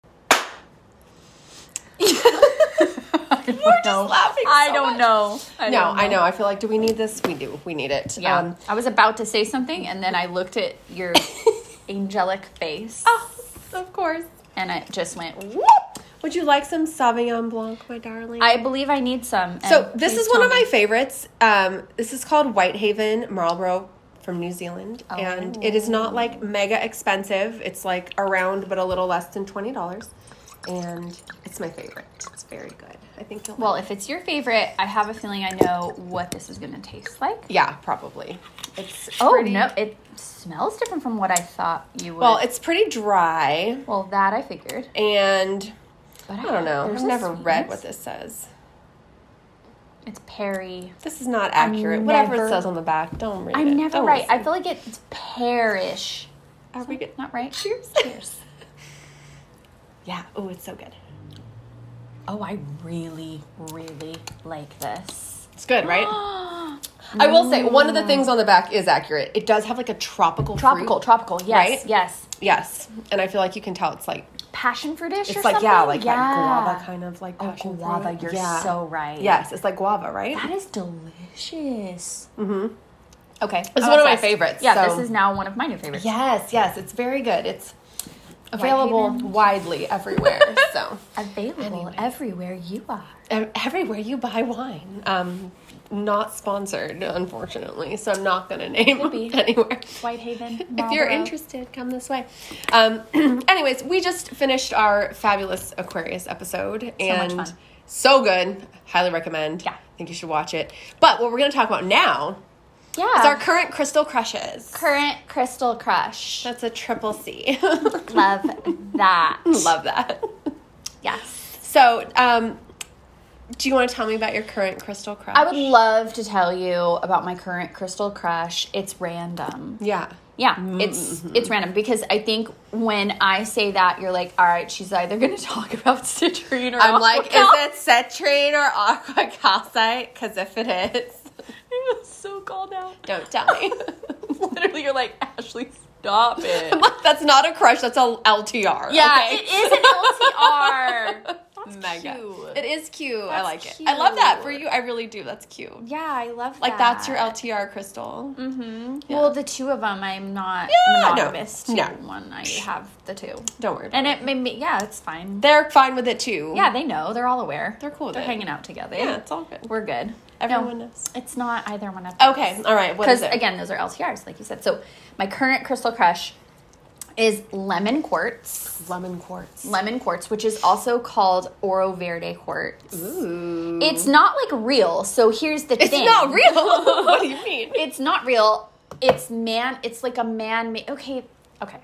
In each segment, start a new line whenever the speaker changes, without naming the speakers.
don't
We're just
know.
laughing
I
so
don't
much.
know. I
no,
don't
I know. I feel like, do we need this? We do. We need it.
Yeah,
Um,
I was about to say something, and then I looked at your angelic face,
oh, of course.
and it just went. Whoop.
Would you like some Sauvignon Blanc, my darling?
I believe I need some. and
so this
please
is one
tell
of my
me.
favorites. Um, this is called Whitehaven Marlborough from New Zealand, and it is
Oh.
not like mega expensive. It's like around, but a little less than twenty dollars, and it's my favorite. It's very good. I think you'll.
Well, if it's your favorite, I have a feeling I know what this is going to taste like.
yeah, probably. It's
Oh
pretty,
no, it smells different from what I thought you would.
Well, it's pretty dry,
well that I figured,
and
but
I don't know.
there's
I've
a
never read
sweetness.
what this says.
It's peary.
This is not accurate.
I'm
Whatever
never-
it says on the back, don't read it. Oh,
I'm never
Don't
right. I
listen.
feel like it's pearish.
Are we good?
Not right.
Cheers.
Cheers.
Yeah. Oh, it's so good.
Oh, I really, really like this.
It's good, right? I will say one of the things on the back is accurate. It does have like a tropical
tropical,
fruit.
tropical. Yes,
Right?
yes.
Yes, and I feel like you can tell it's like
Passion fruitish.
it's
or
like yeah,
something?
like that guava kind of like
Oh,
passion
guava.
fruit.
You're
Yeah.
so right.
Yes, it's like guava, right?
That is delicious.
Okay, Oh, this is
I'm
one of my
obsessed.
favorites.
Yeah,
so-
this is now one of my new favorites.
Yes, yes, it's very good. It's available widely everywhere. so
Available everywhere you are.
E- everywhere you buy wine. Um, not sponsored, unfortunately. So I'm not gonna name
be.
anywhere.
Whitehaven.
If you're
Marlboro.
interested, come this way. Um, anyways, we just finished our fabulous Aquarius episode and
fun.
so good. Highly recommend.
Yeah.
I think you should watch it. But what we're going to talk about now
yeah.
is our current crystal crushes.
current crystal crush.
That's a triple C.
Love that.
Love that.
Yes.
So, um, do you want to tell me about your current crystal crush?
I would love to tell you about my current crystal crush. It's random.
Yeah.
Yeah,
Mm-hmm,
it's it's random because I think when I say that, you're like, all right, she's either going to talk about citrine or
I'm like, is
alcohol."
it citrine or aqua calcite? Because if it is,
It was so called out.
don't tell me.
Literally, you're like, Ashley, stop it.
I'm like, that's not a crush. That's a LTR.
yeah,
okay?
it is an LCR. That's
mega.
cute.
It is cute. I
That's
like it. I love that for
cute.
you. I really do. That's cute.
Yeah, Mm-hmm. I love
Like
that.
that's your LTR crystal.
Well, the two of them, I'm not
Yeah, no.
monogamous to
No.
one. I have the two,
Don't worry.
and it made me. Yeah, it's fine.
They're fine with it too.
Yeah, they know. They're all aware.
They're cool with
They're
it.
hanging out together.
Yeah, it's all good.
We're good.
Everyone
No,
knows.
It's not either one of those.
Okay. All right. What
Because
is it?
again, those are LTRs, like you said. So my current crystal crush is lemon quartz.
lemon quartz.
Lemon quartz, which is also called Oro Verde quartz.
Ooh.
It's not like real. So here's the
It's
thing.
not real. what do you mean?
It's not real. It's man. It's like a man. Ma- okay, okay.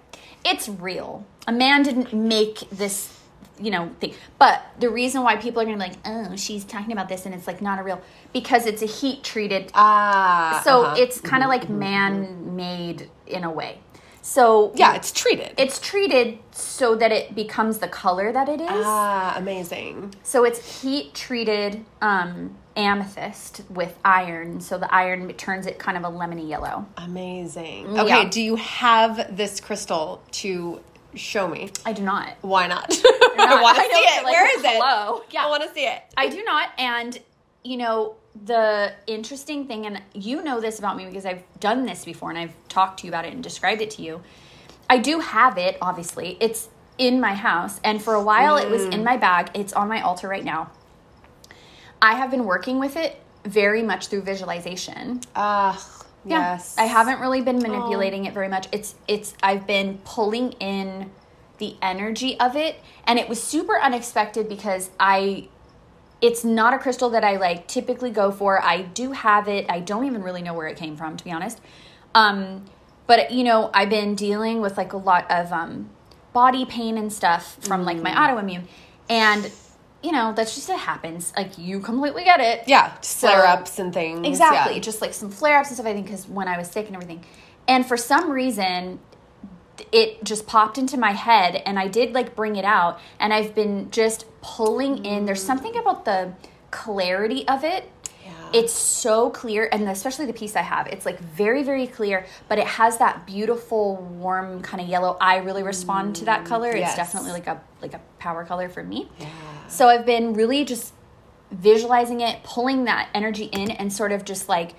It's real. A man didn't make this, you know, thing. But the reason why people are gonna be like, oh, she's talking about this, and it's like not a real because it's a heat treated.
Ah.
So
uh-huh.
it's kind of like man made in a way. So
yeah, it's treated.
it's treated so that it becomes the color that it is.
ah, amazing.
So it's heat treated um, amethyst with iron. So the iron turns it kind of a lemony yellow.
Amazing. Okay,
Yeah.
do you have this crystal to show me?
I do not.
Why not? I want to see
know, like,
it. Where is it?
hello.
I
Yeah.
want to see it.
I do not. And, you know, the interesting thing, and you know this about me because I've done this before and I've talked to you about it and described it to you. I do have it, obviously. It's in my house. And for a while, it was in my bag. It's on my altar right now. I have been working with it very much through visualization.
Ah,
Yeah.
yes.
I haven't really been manipulating it very much. It's it's I've been pulling in the energy of it and it was super unexpected because I it's not a crystal that I like typically go for. I do have it. I don't even really know where it came from to be honest. Um but you know, I've been dealing with like a lot of um body pain and stuff from like my autoimmune and you know, that's just it happens. Like you completely get it.
Yeah, just flare ups and things. yeah.
Exactly. Just like some flare ups and stuff, I think, because when I was sick and everything. And for some reason, th- it just popped into my head and I did like bring it out. And I've been just pulling in.
Mm.
There's something about the clarity of it.
Yeah.
It's so clear, and especially the piece I have, it's like very, very clear, but it has that beautiful, warm kind of yellow. I really respond to that color.
Mm, yes.
It's definitely like a like a power color for me.
Yeah.
So I've been really just visualizing it, pulling that energy in, and sort of just like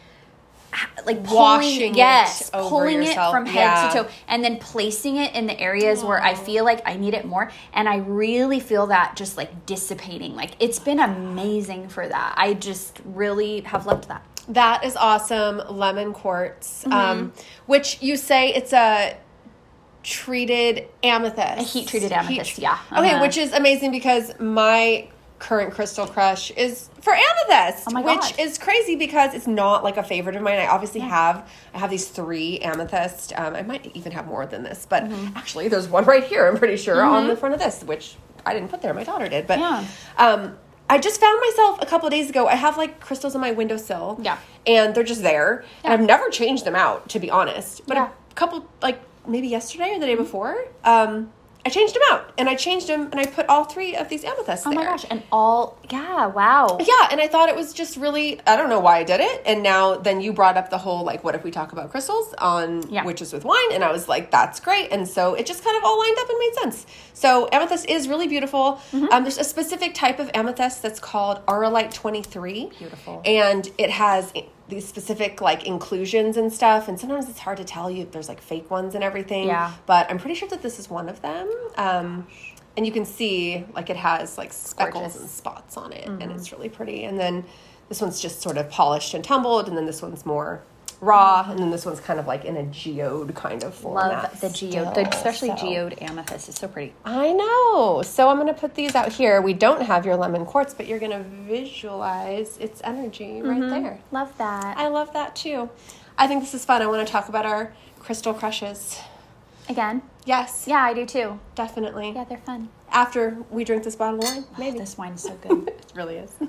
like pulling,
Washing it
yes,
over
pulling
yourself,
it from head
yeah.
to toe, and then placing it in the areas where I feel like I need it more, and I really feel that just like dissipating. Like it's been amazing for that. I just really have loved that.
That is awesome. Lemon quartz, um,
Mm-hmm.
which you say it's a treated amethyst. A
heat-treated amethyst, yeah.
Okay,
Uh-huh.
which is amazing because my current crystal crush is for amethyst,
Oh my
which
God.
is crazy because it's not like a favorite of mine. I obviously have I have these three amethyst. Um, I might even have more than this, but
Mm-hmm.
actually there's one right here. I'm pretty sure on the front of this, which I didn't put there. My daughter did, but
Yeah.
um, I just found myself a couple of days ago. I have like crystals on my windowsill.
Yeah.
And they're just there. And I've never changed them out, to be honest. But
Yeah. Mm-hmm.
a couple, like maybe yesterday or the day before, um, I changed them out. And I changed them and I put all three of these amethysts
Oh
there.
my gosh! And all yeah, wow.
Yeah. And I thought it was just really, I don't know why I did it. And now then you brought up the whole like, what if we talk about crystals on
Yeah.
Witches with Wine? And I was like, that's great. And so it just kind of all lined up and made sense. So amethyst is really beautiful.
Mm-hmm.
Um, there's a specific type of amethyst that's called Aralite 23.
Beautiful.
And it has i- these specific like inclusions and stuff. And sometimes it's hard to tell you if there's like fake ones and everything.
Yeah.
But I'm pretty sure that this is one of them. Um, and you can see like it has like speckles
gorgeous. Mm-hmm.
and spots on it. And it's really pretty. And then this one's just sort of polished and tumbled. And then this one's more raw. And then this one's kind of like in a geode kind of format.
Love the geode,
still,
the, especially
so.
geode amethyst is so pretty.
I know. So I'm going to put these out here. We don't have your lemon quartz, but you're going to visualize its energy right
Mm-hmm.
there.
Love that.
I love that too. I think this is fun. I want to talk about our crystal crushes.
Again,
Yes,
yeah, I do too.
definitely.
Yeah, they're fun.
After we drink this bottle of wine, maybe.
This wine is so good.
It really is.